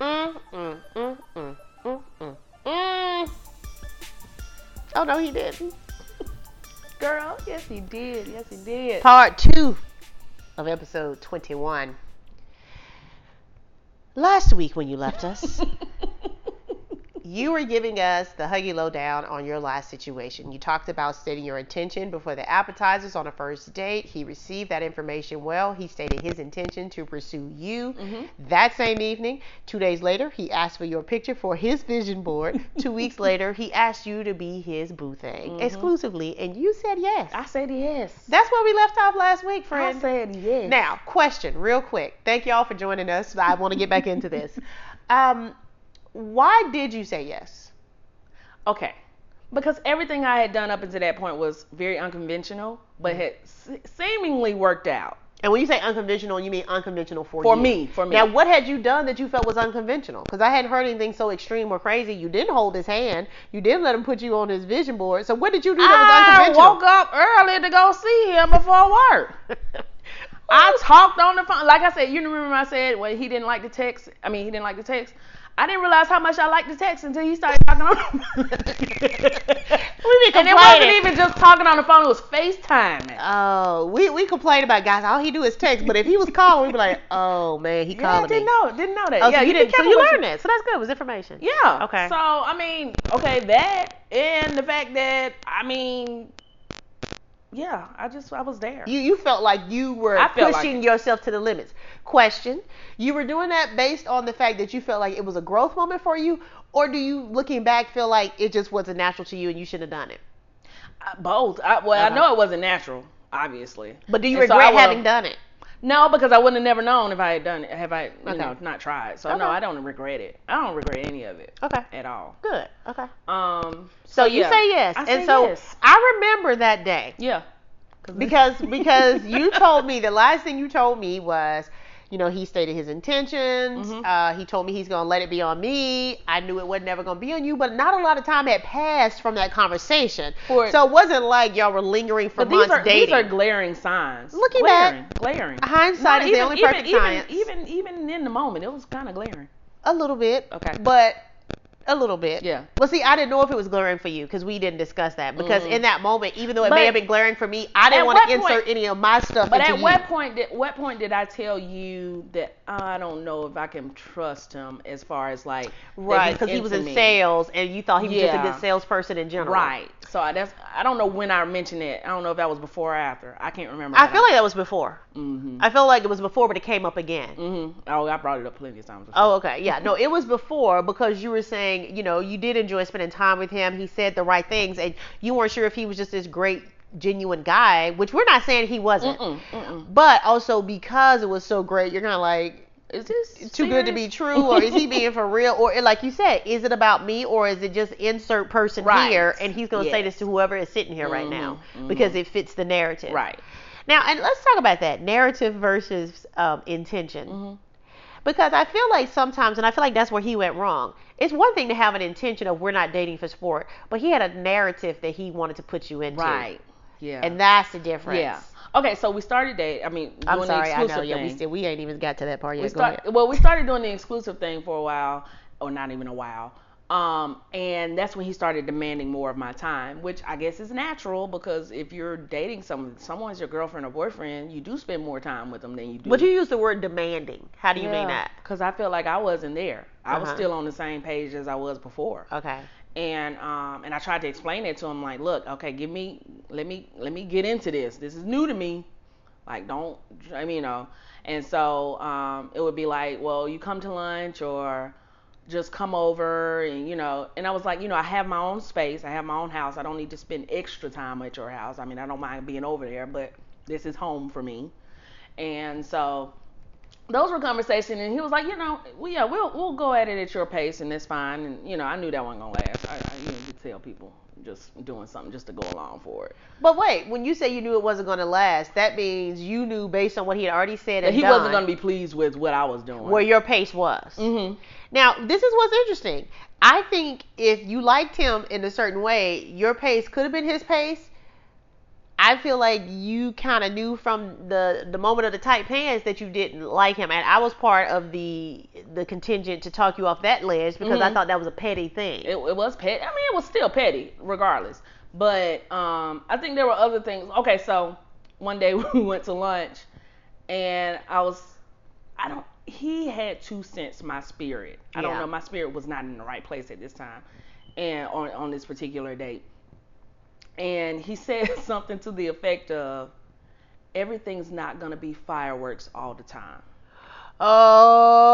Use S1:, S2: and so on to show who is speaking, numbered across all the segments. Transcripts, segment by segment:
S1: Mm, mm, mm, mm, mm, mm. Oh no, he didn't. Girl, yes he did. Yes he did. Part two of episode twenty-one. Last week when you left us, you were giving us the huggy lowdown on your last situation. You talked about stating your intention before the appetizers on a first date. He received that information well. He stated his intention to pursue you.
S2: Mm-hmm.
S1: That same evening, two days later, he asked for your picture for his vision board. two weeks later, he asked you to be his boo thing exclusively, and you said yes.
S2: Mm-hmm. I said yes.
S1: That's where we left off last week, friend.
S2: I said yes.
S1: Now, question real quick. Thank y'all for joining us. I want to get back into this. Um, why did you say yes?
S2: okay, because everything I had done up until that point was very unconventional, but had se- seemingly worked out.
S1: And when you say unconventional, you mean unconventional for
S2: For
S1: you.
S2: me, for me.
S1: Now, what had you done that you felt was unconventional? Because I hadn't heard anything so extreme or crazy. You didn't hold his hand. You didn't let him put you on his vision board. So what did you do that
S2: I
S1: was
S2: woke
S1: unconventional?
S2: up early to go see him before work. I talked on the phone. Like I said, you remember I said when he didn't like the text. I mean, he didn't like the text. I didn't realize how much I liked the text until he started talking on the phone.
S1: we been
S2: and it wasn't even just talking on the phone. It was FaceTiming.
S1: Oh, we, we complain about guys. All he do is text. But if he was calling, we'd be like, oh, man, he
S2: Yeah, I
S1: calling
S2: didn't
S1: me.
S2: know. Didn't know that.
S1: Oh,
S2: yeah,
S1: so you,
S2: be
S1: didn't. So
S2: careful
S1: you
S2: what
S1: learned that. So that's good. It was information.
S2: Yeah.
S1: Okay.
S2: So I mean, okay, that and the fact that I mean, yeah, I just I was there.
S1: You you felt like you were
S2: I felt like
S1: pushing yourself to the limits. Question: You were doing that based on the fact that you felt like it was a growth moment for you, or do you, looking back, feel like it just wasn't natural to you and you shouldn't have done it?
S2: Uh, Both. I, well,
S1: Okay.
S2: I know it wasn't natural, obviously.
S1: But do you
S2: And so I
S1: regret
S2: would've-
S1: having done it?
S2: No, because I wouldn't have never known if I had done it. Have I, you
S1: Okay.
S2: know, not tried? So
S1: Okay.
S2: no, I don't regret it. I don't regret any of it
S1: Okay.
S2: at all.
S1: Good. Okay.
S2: Um.
S1: So you
S2: yeah.
S1: say yes,
S2: I
S1: and
S2: say
S1: so
S2: yes.
S1: I remember that day
S2: yeah.
S1: because because you told me the last thing you told me was. You know, he stated his intentions.
S2: Mhm.
S1: Uh, he told me he's gonna let it be on me. I knew it was never gonna be on you, but not a lot of time had passed from that conversation.
S2: For-
S1: So it wasn't like y'all were lingering for
S2: But
S1: months
S2: these are
S1: dating.
S2: these are glaring signs.
S1: Looking back,
S2: glaring, glaring.
S1: Hindsight
S2: Not
S1: is the
S2: even-
S1: only
S2: even-
S1: perfect
S2: even,
S1: science.
S2: Even even in the moment, it was kind of glaring.
S1: a little bit,
S2: Okay.
S1: but a little bit.
S2: Yeah.
S1: Well, see, I didn't know if it was glaring for you because we didn't discuss that. Because
S2: Mhm.
S1: in that moment, even though it may
S2: But-
S1: have been glaring for me, I didn't
S2: At
S1: want
S2: what
S1: to insert
S2: point-
S1: any of my stuff
S2: But
S1: into
S2: at
S1: you.
S2: what point did what point did I tell you that I don't know if I can trust him as far as like that
S1: right?
S2: he's
S1: Because he was
S2: into
S1: in
S2: me?
S1: sales, and you thought he was just a
S2: Yeah.
S1: good salesperson in general.
S2: Right. So I that's I don't know when I mentioned it. I don't know if that was before or after. I can't remember.
S1: I feel like that was before.
S2: Mm-hmm.
S1: I feel like it was before, but it came up again.
S2: Mm-hmm. Oh, I brought it up plenty of times. before.
S1: Oh, okay. Yeah. No, it was before because you were saying, you know, you did enjoy spending time with him. He said the right things, and you weren't sure if he was just this great, genuine guy, which we're not saying he wasn't.
S2: Mm-mm, mm-mm.
S1: But also because it was so great, you're kind of like,
S2: Is this
S1: too good to be
S2: serious?
S1: true, or is he being for real? Or, like you said, is it about me, or is it just insert person
S2: Right.
S1: here? And he's going to say this to whoever is sitting here right
S2: Mhm,
S1: now because it fits the narrative.
S2: right?
S1: Now, and let's talk about that narrative versus um, intention
S2: Mm-hmm.
S1: because I feel like sometimes, and I feel like that's where he went wrong. It's one thing to have an intention of we're not dating for sport, but he had a narrative that he wanted to put you into,
S2: Right. Yeah.
S1: And that's the difference.
S2: yeah. Okay, so we started date. I mean,
S1: I'm
S2: doing
S1: sorry,
S2: the
S1: I
S2: exclusive
S1: know. Yeah,
S2: thing.
S1: we still we ain't even got to that part yet.
S2: we
S1: Go
S2: start Mm.
S1: ahead.
S2: well we started doing the exclusive thing for a while or not even a while um and that's when he started demanding more of my time which i guess is natural because if you're dating someone someone's your girlfriend or boyfriend you do spend more time with them than you do
S1: But you use the word demanding. How do you mean that?
S2: because i feel like i wasn't there i was
S1: Uh-huh.
S2: still on the same page as i was before
S1: Okay.
S2: and um and I tried to explain it to him like, look, okay, give me let me let me get into this. This is new to me. Like don't I mean you know. And so um it would be like, well, you come to lunch or just come over and you know and I was like, you know, I have my own space, I have my own house. I don't need to spend extra time at your house. I mean, I don't mind being over there, but this is home for me. And so those were conversations, and he was like, you know, well, yeah, we'll we'll go at it at your pace, and it's fine. And you know, I knew that wasn't gonna last. I, I you know, could tell people just doing something just to go along for it.
S1: But wait, when you say you knew it wasn't going to last, that means you knew based on what he had already said
S2: That
S1: and
S2: he
S1: done
S2: wasn't gonna be pleased with what I was doing.
S1: where your pace was.
S2: hmm
S1: Now, this is what's interesting. I think if you liked him in a certain way, your pace could have been his pace, I feel like you kind of knew from the the moment of the tight pants that you didn't like him, and I was part of the the contingent to talk you off that ledge because I
S2: Mhm.
S1: thought that was a petty thing.
S2: It, it was petty. I mean, it was still petty, regardless. But um, I think there were other things. Okay, so one day we went to lunch, and I was, I don't. He had to sense my spirit. I don't
S1: Yeah.
S2: know. My spirit was not in the right place at this time, and on on this particular date. And he said something to the effect of, "Everything's not gonna be fireworks all the time."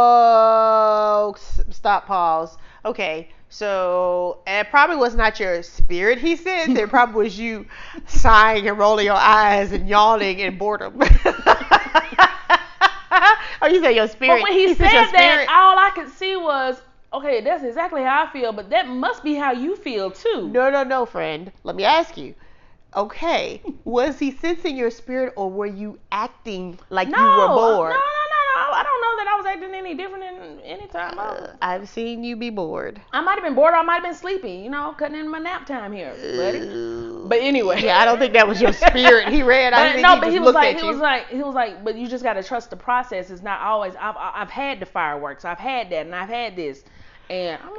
S1: Oh, s- stop, pause. Okay, so and it probably was not your spirit he sent. It probably was you sighing and rolling your eyes and yawning in boredom. oh, you said your spirit.
S2: But when he, said
S1: sent your
S2: that,
S1: spirit.
S2: all I could see was, okay, that's exactly how I feel, but that must be how you feel too.
S1: No, no, no, friend. Let me ask you. Okay, was he sensing your spirit or were you acting like
S2: no, uh,
S1: you were
S2: No, no, no,
S1: bored?
S2: no. I don't know that I was acting any different than any time. I
S1: Uh,
S2: was-
S1: I've seen you be bored.
S2: I might have been bored or I might have been sleepy, you know, cutting in my nap time here, buddy. But anyway.
S1: Uh, Yeah, I don't think that was your spirit. He read. I
S2: But
S1: think
S2: no,
S1: he
S2: but
S1: just
S2: he was
S1: looked
S2: like,
S1: at
S2: he
S1: you.
S2: was like, he was like, but you just gotta trust the process. It's not always. I've I- I've had the fireworks. I've had that, and I've had this, and I'm
S1: Oh.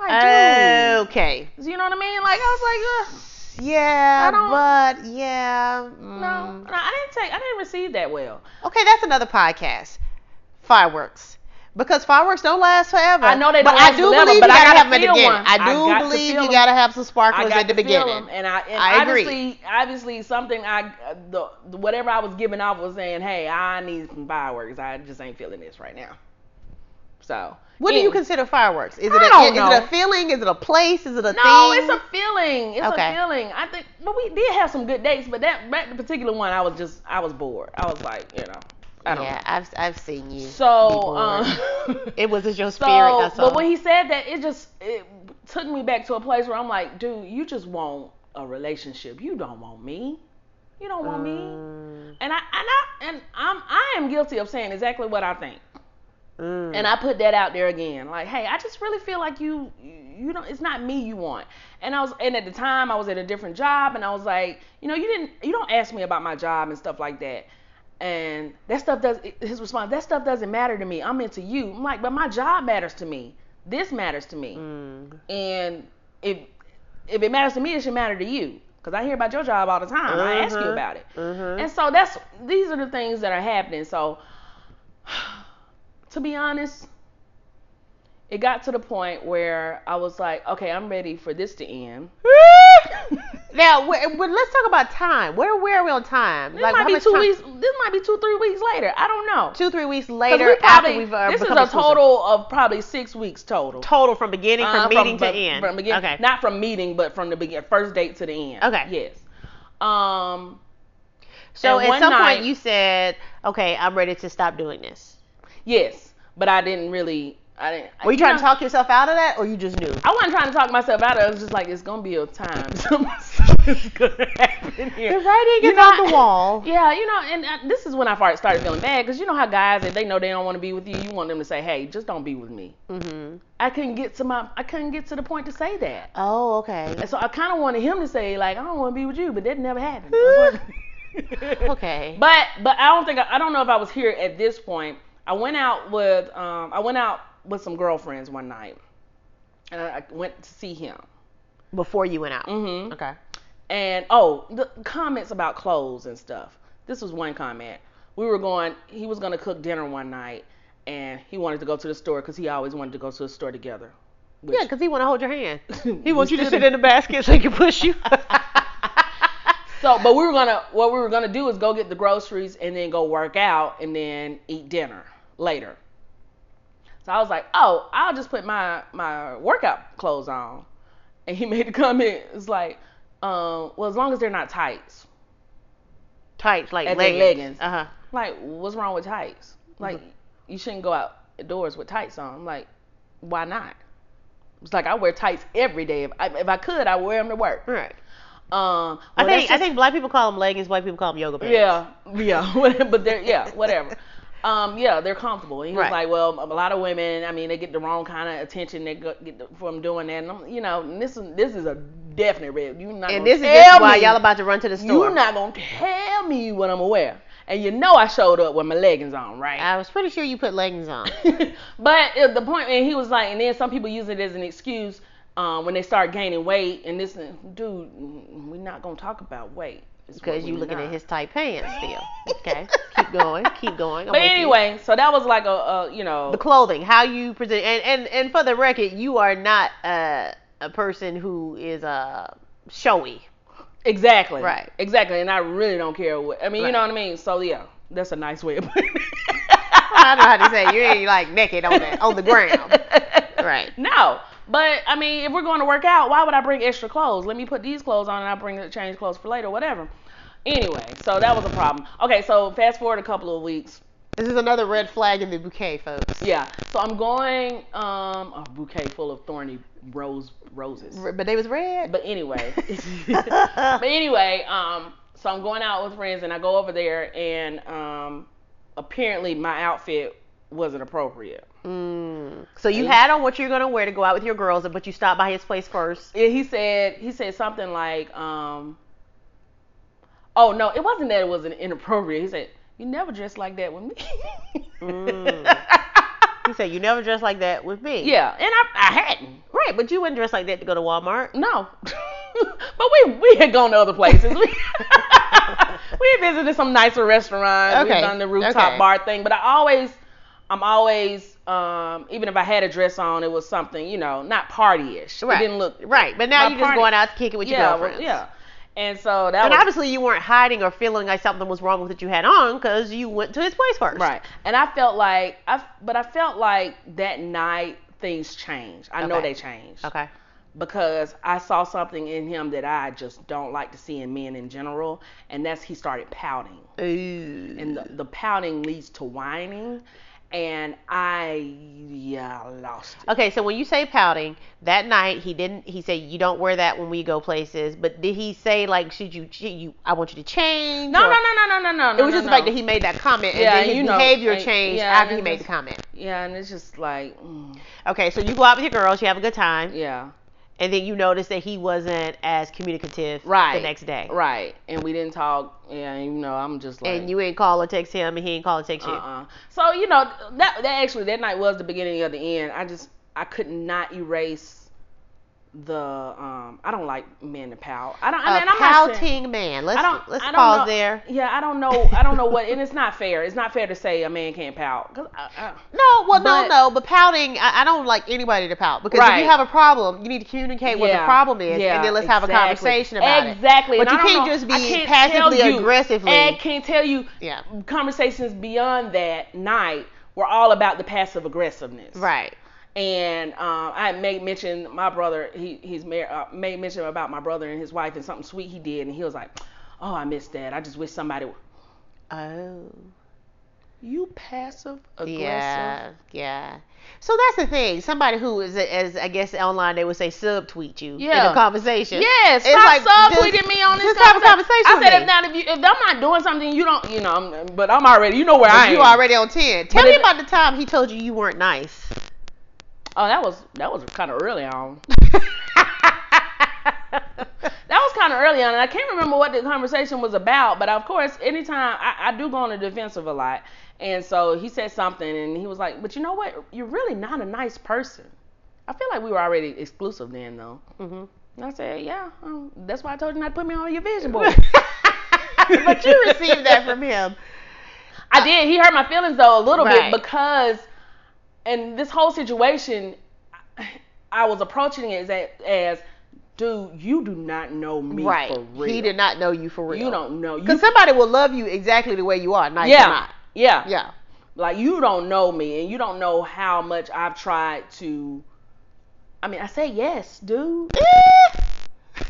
S2: like,
S1: okay.
S2: dude, you know what I mean? Like I was like, uh, Ugh.
S1: Yeah,
S2: I don't-
S1: but yeah.
S2: No,
S1: mm.
S2: no, I didn't take. I didn't receive that well.
S1: Okay, that's another podcast. Fireworks. Because fireworks don't last forever.
S2: I know they
S1: but
S2: don't
S1: I
S2: last
S1: do
S2: forever,
S1: believe
S2: but
S1: you
S2: I
S1: gotta
S2: gotta
S1: have 'em at the
S2: feel
S1: beginning.
S2: one.
S1: I
S2: I
S1: do
S2: got to
S1: believe
S2: feel
S1: you
S2: 'em.
S1: gotta have some sparklers
S2: I got
S1: at the
S2: to feel 'em,
S1: beginning.
S2: and I, and
S1: I agree.
S2: obviously, obviously, something I uh, the the- whatever I was giving off was saying, hey, I need some fireworks. I just ain't feeling this right now. So
S1: What do you
S2: anyway.
S1: consider fireworks? Is it,
S2: I
S1: a,
S2: don't
S1: is it
S2: know.
S1: a feeling? Is it a place? Is it a thing?
S2: No, it's a feeling. It's
S1: Okay.
S2: a feeling. I think, but we did have some good dates, but that that particular one, I was just, I was bored. I was like, you know, I don't.
S1: yeah,
S2: know.
S1: I've I've seen you. be
S2: So
S1: bored.
S2: um,
S1: it was just your spirit.
S2: So,
S1: that's all.
S2: but when he said that, it just it took me back to a place where I'm like, dude, you just want a relationship. You don't want me. You don't want me.
S1: Mm,
S2: And I and I and I'm I am guilty of saying exactly what I think.
S1: mm.
S2: And I put that out there again, like, hey, I just really feel like you, you don't. It's not me you want. And I was, and at the time I was at a different job, and I was like, you know, you didn't, you don't ask me about my job and stuff like that. And that stuff does. His response, that stuff doesn't matter to me. I'm into you. I'm like, but my job matters to me. This matters to me.
S1: Mm.
S2: And if if it matters to me, it should matter to you. Cause I hear about your job all the time. I ask you
S1: Uh-huh.
S2: about it.
S1: Mhm.
S2: And so that's these are the things that are happening. So to be honest, it got to the point where I was like, okay, I'm ready for this to end.
S1: now, wh- but let's talk about time. Where where are we on time?
S2: This
S1: how
S2: might be
S1: much
S2: two
S1: time-
S2: weeks. This might be two, three weeks later. I don't know.
S1: two three weeks
S2: 'Cause
S1: later
S2: we
S1: after
S2: probably-
S1: we've uh,
S2: this is
S1: become
S2: a
S1: exclusive.
S2: total of probably six weeks total.
S1: total from beginning from
S2: Uh,
S1: meeting to
S2: but-
S1: end.
S2: From beginning,
S1: Okay.
S2: Not from meeting, but from the begin, first date to the end.
S1: Okay.
S2: Yes. Um.
S1: so
S2: and
S1: at
S2: one
S1: some
S2: night-
S1: point you said, "Okay, I'm ready to stop doing this."
S2: Yes, but I didn't really. I didn't.
S1: Were you,
S2: you
S1: trying
S2: know,
S1: to talk yourself out of that, or you just knew?
S2: I wasn't trying to talk myself out of it. I was just like, it's gonna be a time. Something's gonna happen here.
S1: The writing
S2: You
S1: is
S2: know,
S1: on
S2: I-
S1: the wall.
S2: Yeah, you know, and uh, this is when I fir- started feeling bad because you know how guys, if they know they don't want to be with you, you want them to say, hey, just don't be with me.
S1: Mm-hmm.
S2: I couldn't get to my, I couldn't get to the point to say that.
S1: Oh, okay.
S2: And so I kind of wanted him to say like, I don't want to be with you, but that never happened.
S1: Okay.
S2: But but I don't think I don't know if I was here at this point. I went out with um I went out with some girlfriends one night, and I, I went to see him.
S1: Before you went out.
S2: Mm-hmm.
S1: Okay.
S2: And oh, the comments about clothes and stuff. This was one comment. We were going. He was gonna cook dinner one night, and he wanted to go to the store because he always wanted to go to the store together.
S1: Yeah, because he want to hold your hand. He
S2: he
S1: wants you to sit in the basket so he can push you.
S2: So, but we were gonna what we were gonna do is go get the groceries and then go work out and then eat dinner later. So I was like, oh, I'll just put my my workout clothes on. And he made the comment, it's like, um, well, as long as they're not tights.
S1: tights like
S2: And then
S1: leggings.
S2: leggings.
S1: Uh huh.
S2: I'm Like, what's wrong with tights? Like,
S1: Mm-hmm.
S2: you shouldn't go outdoors with tights on. I'm like, why not? It's like I wear tights every day. If I, if I could, I wear them to work.
S1: All right. Mm.
S2: Um,
S1: I
S2: well,
S1: think
S2: that's
S1: I think black people call them leggings. White people call them yoga pants.
S2: Yeah, yeah, but they're yeah, whatever. Um, yeah, they're comfortable. He was
S1: Right.
S2: like, well, a lot of women, I mean, they get the wrong kind of attention they go, get the- from doing that, and I'm, you know, and this is this is a definite red. You not
S1: And
S2: gonna
S1: this is
S2: tell
S1: just why
S2: me-
S1: y'all about to run to the store.
S2: You're not gonna tell me what I'm gonna wear. And you know I showed up with my leggings on, right?
S1: I was pretty sure you put leggings on.
S2: but uh, the point, and he was like, and then some people use it as an excuse um, when they start gaining weight. And this, and- dude, we're not gonna talk about weight It's what
S1: Because you
S2: we
S1: looking at
S2: not.
S1: his tight pants still. Okay. keep going. Keep going. I'm
S2: But
S1: with you.
S2: anyway, so that was like a, a you know,
S1: the clothing, how you present, and and and for the record, you are not uh, a person who is uh, showy.
S2: exactly,
S1: Right.
S2: exactly. And I really don't care what. I mean, you
S1: Right.
S2: know what I mean. So yeah, that's a nice way of putting it.
S1: I know how to say it. you ain't like naked on the on the ground. Right.
S2: No. But I mean, if we're going to work out, why would I bring extra clothes? Let me put these clothes on and I bring the change clothes for later, whatever. Anyway, so that was a problem. Okay, so fast forward a couple of weeks.
S1: This is another red flag in the bouquet, folks.
S2: Yeah. So I'm going um a bouquet full of thorny rose roses.
S1: R- But they was red.
S2: But anyway. but anyway, um, so I'm going out with friends and I go over there and um apparently my outfit wasn't appropriate.
S1: Mm. So you had on what you're gonna wear to go out with your girls, but you stopped by his place first.
S2: Yeah, he said he said something like, um, "Oh no, it wasn't that it was an inappropriate." He said, "You never dress like that with me."
S1: Mm. He said you never dress like that with me.
S2: yeah, and I, I hadn't.
S1: Right, but you wouldn't dress like that to go to Walmart.
S2: No, but we we had gone to other places. We, we had visited some nicer restaurants. We
S1: Okay,
S2: had done the rooftop
S1: okay.
S2: bar thing. But I always, I'm always, um, even if I had a dress on, it was something you know not partyish.
S1: Right.
S2: It didn't look
S1: Right, but now
S2: My
S1: you're just
S2: party-
S1: going out to kick it with your
S2: yeah, well,
S1: girlfriends.
S2: yeah. And so that
S1: And
S2: was
S1: obviously, you weren't hiding or feeling like something was wrong with what you had on because you went to his place first.
S2: Right. And I felt like I but I felt like that night things changed. I know
S1: Okay.
S2: they changed.
S1: Okay.
S2: Because I saw something in him that I just don't like to see in men in general, and that's he started pouting.
S1: Ooh.
S2: And the, the pouting leads to whining, and I yeah, I lost it.
S1: okay, so when you say pouting, that night he didn't. He said you don't wear that when we go places. But did he say like, should you? Should you? I want you to change.
S2: No,
S1: or-
S2: no, no, no, no, no, no.
S1: It was
S2: no,
S1: just the
S2: no.
S1: fact that he made that comment and
S2: Yeah,
S1: then his
S2: you know,
S1: behavior
S2: and-
S1: changed
S2: yeah,
S1: after
S2: and
S1: he made
S2: it's-
S1: the comment.
S2: Yeah, and it's just like mm,
S1: Okay, so you go out with your girls, you have a good time,
S2: yeah.
S1: and then you notice that he wasn't as communicative the
S2: Right.
S1: next day.
S2: Right. And we didn't talk and you know, I'm just like
S1: And you ain't call or text him, and he ain't call or text you.
S2: Uh-uh. So you know that that actually that night was the beginning of the end. I just I could not erase the um I don't like men to pout. I don't. I
S1: a
S2: mean, I'm not saying,
S1: pouting man. Let's
S2: I don't.
S1: let's
S2: I don't
S1: pause
S2: know-
S1: there.
S2: Yeah, I don't know. I don't know what, and it's not fair. It's not fair to say a man can't pout. 'Cause I, I,
S1: No, well,
S2: But-
S1: no, no. But pouting, I, I don't like anybody to pout because if
S2: Right.
S1: you have a problem, you need to communicate what the
S2: Yeah.
S1: problem is,
S2: Yeah,
S1: and then let's have a
S2: exactly.
S1: conversation about it.
S2: Exactly.
S1: But
S2: And
S1: you
S2: I don't
S1: can't
S2: know-
S1: just
S2: I
S1: be
S2: can't tell
S1: passively
S2: you-
S1: aggressively.
S2: I can't tell you
S1: Yeah.
S2: conversations beyond that night were all about the passive aggressiveness.
S1: Right.
S2: and um, I had made mention my brother. He he's mar- uh, made mention about my brother and his wife and something sweet he did, and he was like, "Oh, I missed that. I just wish somebody." w-"
S1: Oh.
S2: You passive aggressive.
S1: Yeah. Yeah. So that's the thing. Somebody who is, as I guess online they would say, subtweet you in
S2: Yeah.
S1: a conversation.
S2: Yes,
S1: It's
S2: stop
S1: like,
S2: subtweeting
S1: just-
S2: me on this
S1: just have a conversation
S2: I
S1: with
S2: said
S1: me.
S2: if not if you if I'm not doing something you don't you know I'm, but I'm already you know where I
S1: But
S2: am.
S1: you already on ten. Tell
S2: But
S1: me
S2: if-
S1: about the time he told you you weren't nice.
S2: Oh, that was that was kind of early on. That was kind of early on, and I can't remember what the conversation was about. But of course, anytime I, I do go on the defensive a lot, and so he said something, and he was like, "But you know what? You're really not a nice person." I feel like we were already exclusive then, though.
S1: hmm
S2: And I said, "Yeah, um, that's why I told you not to put me on your vision board."
S1: but you received that from him.
S2: I did. He hurt my feelings though a little
S1: Right.
S2: bit because, and this whole situation, I- I was approaching it as, as dude, you do not know me
S1: right.
S2: for real.
S1: He did not know you for real.
S2: You don't know. You
S1: Because somebody will love you exactly the way you are, nice
S2: yeah,
S1: or not.
S2: yeah,
S1: Yeah.
S2: Like you don't know me, and you don't know how much I've tried to. I mean, I say yes, dude.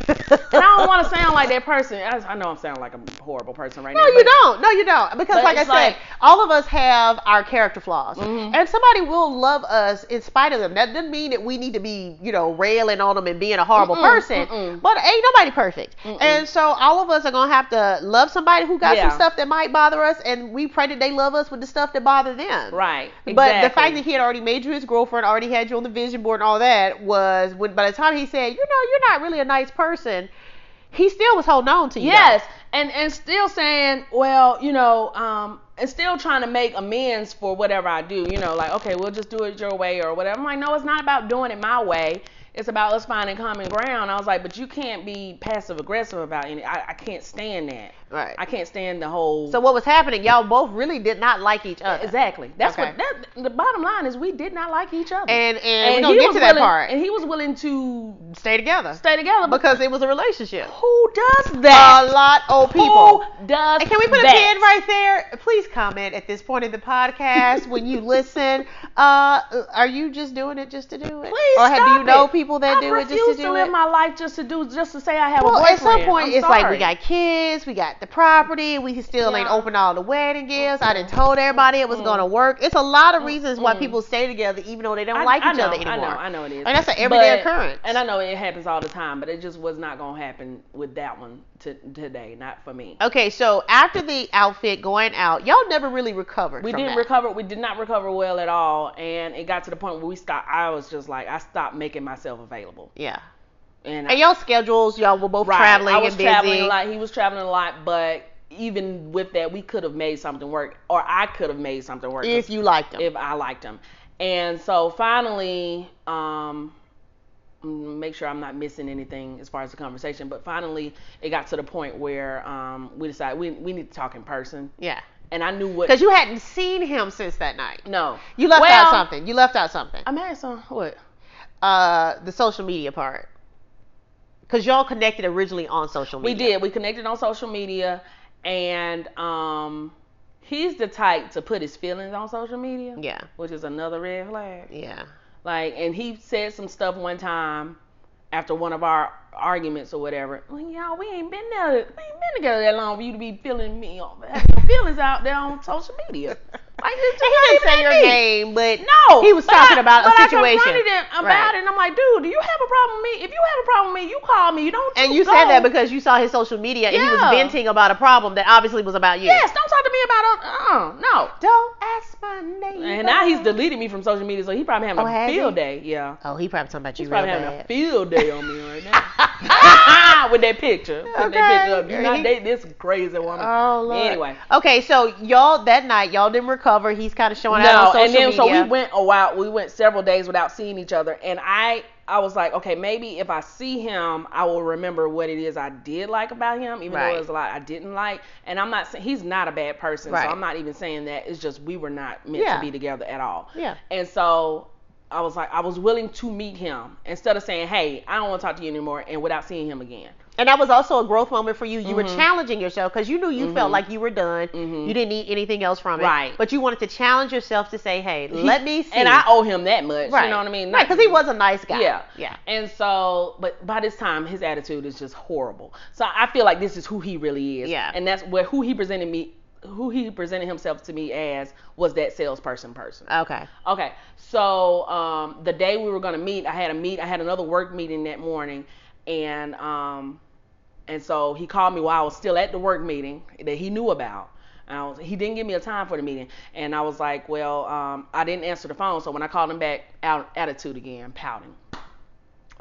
S2: And I don't want to sound like that person. I, I know I'm sounding like a horrible person right
S1: No,
S2: now.
S1: you don't. No, you don't. Because,
S2: but
S1: like I
S2: it's
S1: said,
S2: like-
S1: all of us have our character flaws,
S2: Mhm.
S1: and somebody will love us in spite of them. That doesn't mean that we need to be, you know, railing on them and being a horrible
S2: Mm-mm,
S1: person.
S2: mm-mm.
S1: But ain't nobody perfect,
S2: Mm-mm.
S1: and so all of us are gonna have to love somebody who got
S2: Yeah.
S1: some stuff that might bother us, and we pray that they love us with the stuff that bother them.
S2: Right.
S1: But the
S2: exactly.
S1: fact that he had already made you his girlfriend, already had you on the vision board and all that was when by the time he said, you know, you're not really a nice person, he still was holding on to you. though.
S2: Yes, and and still saying, well, you know, um, and still trying to make amends for whatever I do. You know, like okay, we'll just do it your way or whatever. I'm like, no, it's not about doing it my way. It's about us finding common ground. I was like, but you can't be passive aggressive about any. I, I can't stand that.
S1: Right.
S2: I can't stand the whole.
S1: So what was happening? Y'all both really did not like each other.
S2: exactly. That's
S1: Okay.
S2: what. That, the bottom line is we did not like each other.
S1: And and,
S2: And
S1: we don't
S2: he
S1: get
S2: was
S1: to that
S2: willing-
S1: part.
S2: And he was willing to
S1: Stay together
S2: stay together because
S1: because it was a relationship.
S2: who does that?
S1: A lot of people.
S2: Who does?
S1: And can we put
S2: that?
S1: a pin right there? Please comment at this point in the podcast when you listen. Uh, are you just doing it just to do it?
S2: Please
S1: or have- do
S2: stop
S1: you know
S2: it.
S1: people that
S2: I
S1: do it just
S2: refuse
S1: to do
S2: live
S1: it?
S2: my life just to do just to say I have a
S1: Well, at
S2: boyfriend.
S1: some point,
S2: I'm
S1: it's like we
S2: sorry.
S1: got kids, we got the property, we still ain't
S2: Yeah. Mm-hmm.
S1: open all the wedding gifts. I done told everybody it was gonna work. It's a lot of reasons why
S2: Mm-mm.
S1: people stay together even though they don't
S2: Mm-hmm. I-
S1: like
S2: I
S1: each
S2: know,
S1: other anymore.
S2: I know, I know it is.
S1: And that's an everyday
S2: But-
S1: occurrence.
S2: And I know it happens all the time, but it just was not gonna happen with that one to, today, not for me.
S1: Okay, so after the outfit going out, y'all never really recovered.
S2: We
S1: from
S2: didn't
S1: that.
S2: recover. We did not recover well at all, and it got to the point where we stopped. I was just like, I stopped making myself available,
S1: Yeah.
S2: and,
S1: And y'all schedules, y'all were both
S2: right,
S1: traveling
S2: I was
S1: and busy.
S2: traveling a lot. He was traveling a lot, but even with that, we could have made something work, or I could have made something work 'cause
S1: If you liked them.
S2: if I liked him. And so finally, um, mm, make sure I'm not missing anything as far as the conversation. But finally, it got to the point where um, we decided we, we need to talk in person.
S1: yeah.
S2: And I knew what.
S1: Because you hadn't seen him since that night.
S2: no,
S1: You left
S2: Well,
S1: out something. You left out something.
S2: I'm had some what?
S1: Uh, the social media part. Because y'all connected originally on social
S2: We
S1: media.
S2: did. We connected on social media, and um, he's the type to put his feelings on social media,
S1: Yeah.
S2: which is another red flag.
S1: Yeah.
S2: Like, and he said some stuff one time after one of our arguments or whatever. Well, y'all, we ain't been there, we ain't been together that long for you to be feeling me on having your feelings out there on social media. Like, it's just
S1: he
S2: not
S1: didn't
S2: even
S1: say your
S2: that deep.
S1: name, but
S2: No,
S1: He was
S2: but
S1: talking
S2: I-
S1: about a
S2: but
S1: situation.
S2: I confronted him about
S1: Right.
S2: it, and I'm like, dude, do you have a problem with me? If you have a problem with me, you call me. You don't.
S1: and you said
S2: go.
S1: that because you saw his social media and he was
S2: Yeah.
S1: venting about a problem that obviously was about you.
S2: yes, don't talk to me about. Uh, uh, no.
S1: Don't ask my name.
S2: And now he's deleted me from social media, so he probably having
S1: Oh,
S2: a
S1: has
S2: field
S1: he?
S2: day. Yeah.
S1: Oh, he probably talking about you
S2: He's
S1: real
S2: probably having a
S1: bad.
S2: field day on me right now. Ah! With that picture. Put
S1: Okay.
S2: that picture up. Do
S1: He-
S2: not date this crazy woman.
S1: Oh Lord.
S2: Anyway.
S1: Okay, so y'all that night y'all didn't recover. He's kind of showing out on
S2: no,
S1: social
S2: and then
S1: media.
S2: so we went a while. We went several days without seeing each other, and I, I was like, okay, maybe if I see him, I will remember what it is I did like about him, even
S1: Right.
S2: though there's a lot I didn't like. And I'm not saying he's not a bad person,
S1: Right.
S2: so I'm not even saying that. It's just we were not meant
S1: Yeah.
S2: to be together at all.
S1: Yeah.
S2: And so I was like, I was willing to meet him instead of saying, hey, I don't want to talk to you anymore, and without seeing him again.
S1: And that was also a growth moment for you. You
S2: Mm-hmm.
S1: were challenging yourself because you knew you felt like you were done.
S2: Mhm.
S1: You didn't need anything else from it.
S2: Mm-hmm. Right.
S1: But you wanted to challenge yourself to say, hey,
S2: He-
S1: let me see.
S2: And I owe him that much. You know what I mean?
S1: Right, because he was a nice guy.
S2: Yeah.
S1: Yeah.
S2: And so, but by this time, his attitude is just horrible. So I feel like this is who he really is.
S1: Yeah.
S2: And that's where who he presented me, who he presented himself to me as was that salesperson person.
S1: Okay.
S2: Okay. So um, the day we were gonna meet, I had a meet. I had another work meeting that morning, and um, and so he called me while I was still at the work meeting that he knew about. And I was, he didn't give me a time for the meeting, and I was like, well, um, I didn't answer the phone. So when I called him back, out attitude again, pouting.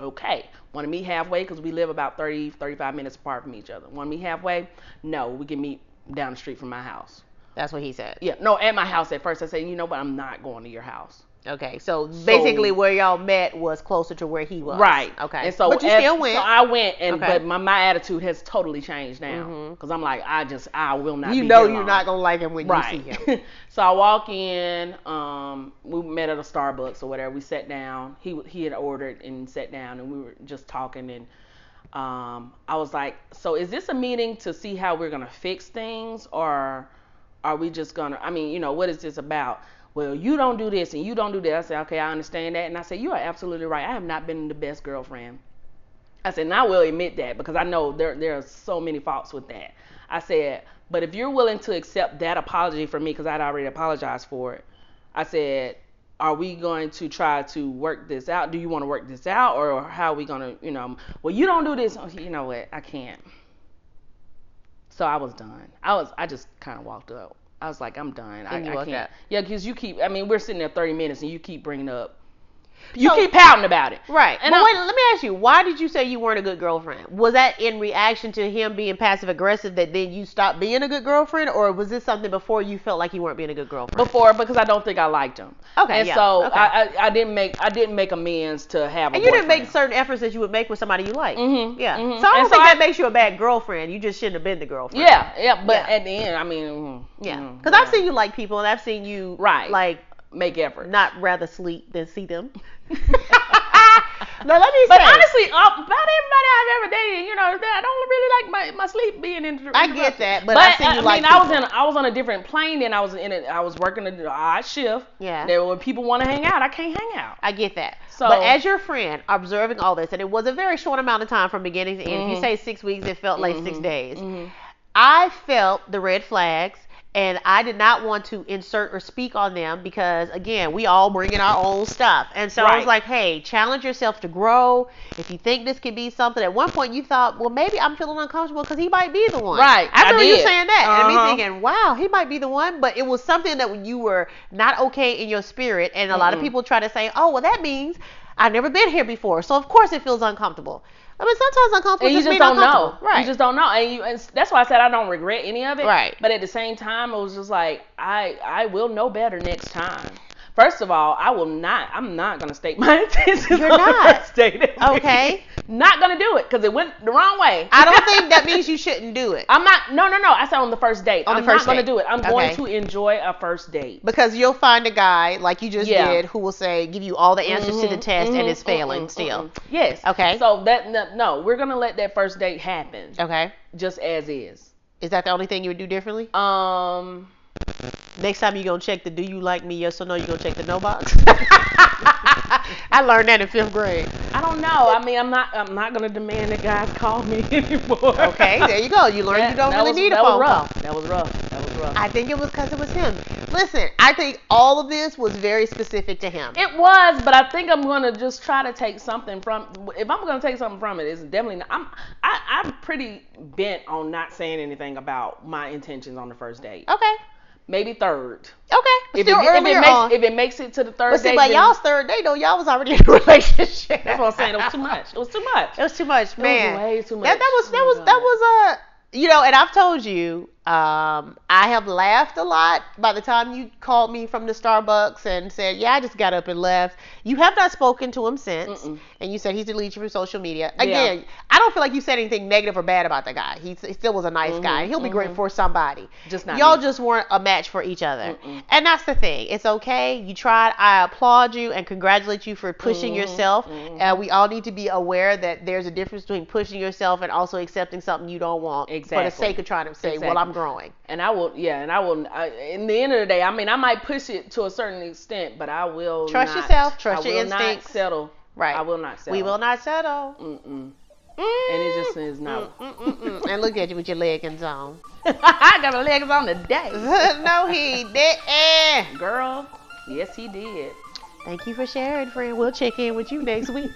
S2: Okay, want to meet halfway because we live about 30, 35 minutes apart from each other. Want to meet halfway? No, we can meet down the street from my house.
S1: That's what he said.
S2: Yeah, no, at my house at first. I said, you know what? I'm not going to your house.
S1: Okay. So, basically, where y'all met was closer to where he was.
S2: Right.
S1: Okay.
S2: And so,
S1: but you
S2: as-
S1: still went.
S2: So I went, and
S1: Okay.
S2: but my, my attitude has totally changed now
S1: Mhm.
S2: because I'm like, I just I will not.
S1: you
S2: be
S1: know
S2: here
S1: you're
S2: long.
S1: not gonna like him when you see him.
S2: so I walk in. Um, we met at a Starbucks or whatever. We sat down. He he had ordered and sat down, and we were just talking. And um, I was like, so is this a meeting to see how we're gonna fix things, or are we just gonna? I mean, you know, what is this about? Well, you don't do this and you don't do that. I said, okay, I understand that. And I said, you are absolutely right. I have not been the best girlfriend. I said, and I will admit that because I know there there are so many faults with that. I said, but if you're willing to accept that apology from me because I'd already apologized for it, I said, are we going to try to work this out? Do you want to work this out, or how are we gonna, you know? Well, you don't do this. Oh, You know what? I can't. So I was done. I was. I just kind of walked up. I was like, I'm done. I,
S1: And you
S2: I
S1: walked
S2: can't.
S1: out.
S2: Yeah, because you keep. I mean, we're sitting there 30 minutes, and you keep bringing up You
S1: So-
S2: keep pouting about it.
S1: Right.
S2: And
S1: but
S2: I-
S1: wait, let me ask you, why did you say you weren't a good girlfriend? Was that in reaction to him being passive aggressive that then you stopped being a good girlfriend, or was this something before you felt like you weren't being a good girlfriend?
S2: Before because I don't think I liked him.
S1: Okay,
S2: And
S1: yeah,
S2: so
S1: okay.
S2: I, I I didn't make I didn't make amends to have a
S1: and you didn't make
S2: boyfriend.
S1: certain efforts that you would make with somebody you like.
S2: Mhm,
S1: Yeah.
S2: mhm.
S1: So I don't
S2: And so
S1: think
S2: I-
S1: that makes you a bad girlfriend. You just shouldn't have been the girlfriend.
S2: Yeah, yeah, but
S1: Yeah.
S2: at the end, I mean, mm,
S1: Yeah.
S2: mm,
S1: Because I've
S2: yeah.
S1: seen you like people, and I've seen you
S2: Right.
S1: like
S2: make effort.
S1: not rather sleep than see them. No, let me
S2: But
S1: say.
S2: honestly, uh, about everybody I've ever dated, you know, I don't really like my, my sleep being in.
S1: I get that, but, I've seen you
S2: uh, I
S1: like
S2: mean, I was
S1: people.
S2: in I was on a different plane, and I was in it. I was working an odd shift.
S1: Yeah.
S2: That when people want to hang out, I can't hang out.
S1: I get that.
S2: So-
S1: but as your friend, observing all this, and it was a very short amount of time from beginning to end. If you
S2: Mhm.
S1: say six weeks, it felt like six
S2: Mhm,
S1: days.
S2: mhm.
S1: I felt the red flags, and I did not want to insert or speak on them because, again, we all bring in our own stuff. And so I was
S2: Right.
S1: like, hey, challenge yourself to grow. If you think this could be something, at one point you thought, well, maybe I'm feeling uncomfortable because he might be the one.
S2: Right,
S1: I
S2: I
S1: remember you
S2: did.
S1: saying that, and me
S2: Uh-huh.
S1: thinking, wow, he might be the one. But it was something that you were not okay in your spirit, and a lot of
S2: Mm-mm.
S1: people try to say, oh, well, that means I've never been here before, so of course it feels uncomfortable. I mean, sometimes uncomfortable
S2: And you
S1: just
S2: just
S1: mean
S2: don't know.
S1: uncomfortable. Right.
S2: You just don't know, and you. And s- that's why I said I don't regret any of it.
S1: Right.
S2: But at the same time, it was just like I I will know better next time. First of all, I will not. I'm not gonna state my intentions.
S1: You're
S2: on
S1: not.
S2: The first date
S1: Okay.
S2: not gonna do it because it went the wrong way.
S1: I don't think that means you shouldn't do it
S2: I'm not. No, no, no. I said on the first date.
S1: On the
S2: I'm
S1: first
S2: not gonna
S1: date.
S2: do it. I'm
S1: Okay.
S2: going to enjoy a first date.
S1: because you'll find a guy like you just
S2: Yeah.
S1: did who will say give you all the answers to the
S2: Mhm,
S1: test and
S2: mhm,
S1: is failing
S2: mhm,
S1: still.
S2: mhm. Yes.
S1: Okay.
S2: So that no, no, we're gonna let that first date happen
S1: Okay.
S2: just as is.
S1: Is that the only thing you would do differently?
S2: Um.
S1: Next time you gonna check the do you like me yes or no. You gonna check the no box. I learned that in fifth grade.
S2: I don't know. I mean, I'm not. I'm not gonna demand that guys call me anymore.
S1: Okay, there you go. You learned
S2: That-
S1: you don't
S2: that
S1: really
S2: was-
S1: need a
S2: that was
S1: phone call.
S2: rough. That was rough. That was rough.
S1: I think it was because it was him. Listen, I think all of this was very specific to him.
S2: It was, but I think I'm gonna just try to take something from. If I'm gonna take something from it, it's definitely. Not, I'm. I, I'm pretty bent on not saying anything about my intentions on the first date.
S1: okay.
S2: Maybe third.
S1: Okay.
S2: If
S1: Still
S2: it, get- if
S1: earlier
S2: it makes
S1: on.
S2: if it makes it to the third
S1: but see,
S2: date,
S1: by
S2: then-
S1: y'all's third day though, y'all was already in a relationship.
S2: that's what I'm saying. It was too much. It was too much.
S1: It was too much, man.
S2: way too
S1: That, that
S2: much.
S1: was that
S2: Oh my
S1: was that
S2: God.
S1: was a you know, and I've told you, um, I have laughed a lot by the time you called me from the Starbucks and said, "Yeah, I just got up and left." You have not spoken to him since,
S2: Mm-mm.
S1: and you said he's deleted you from social media.
S2: Yeah.
S1: Again, I don't feel like you said anything negative or bad about the guy. He, he still was a nice guy.
S2: Mhm,
S1: He'll be great
S2: mhm.
S1: for somebody.
S2: Just not
S1: Y'all
S2: me.
S1: just weren't a match for each other,
S2: Mm-mm.
S1: and that's the thing. It's okay. You tried. I applaud you and congratulate you for pushing
S2: Mhm,
S1: yourself.
S2: mhm.
S1: And we all need to be aware that there's a difference between pushing yourself and also accepting something you don't want for
S2: Exactly.
S1: the sake of trying to say, "Well,
S2: Exactly.
S1: I'm growing."
S2: And I will, yeah, and I will. I, in the end of the day, I mean, I might push it to a certain extent, but I will
S1: Trust
S2: not-
S1: yourself, trust
S2: I will
S1: your
S2: not
S1: instincts.
S2: settle.
S1: Right.
S2: I will not settle.
S1: We will not settle.
S2: Mm-mm.
S1: Mm,
S2: And it just is no.
S1: mm, mm, mm. and look at you with your leggings on.
S2: I got my legs on today,
S1: no, he didn't.
S2: girl. Yes, he did.
S1: Thank you for sharing, friend. We'll check in with you next week.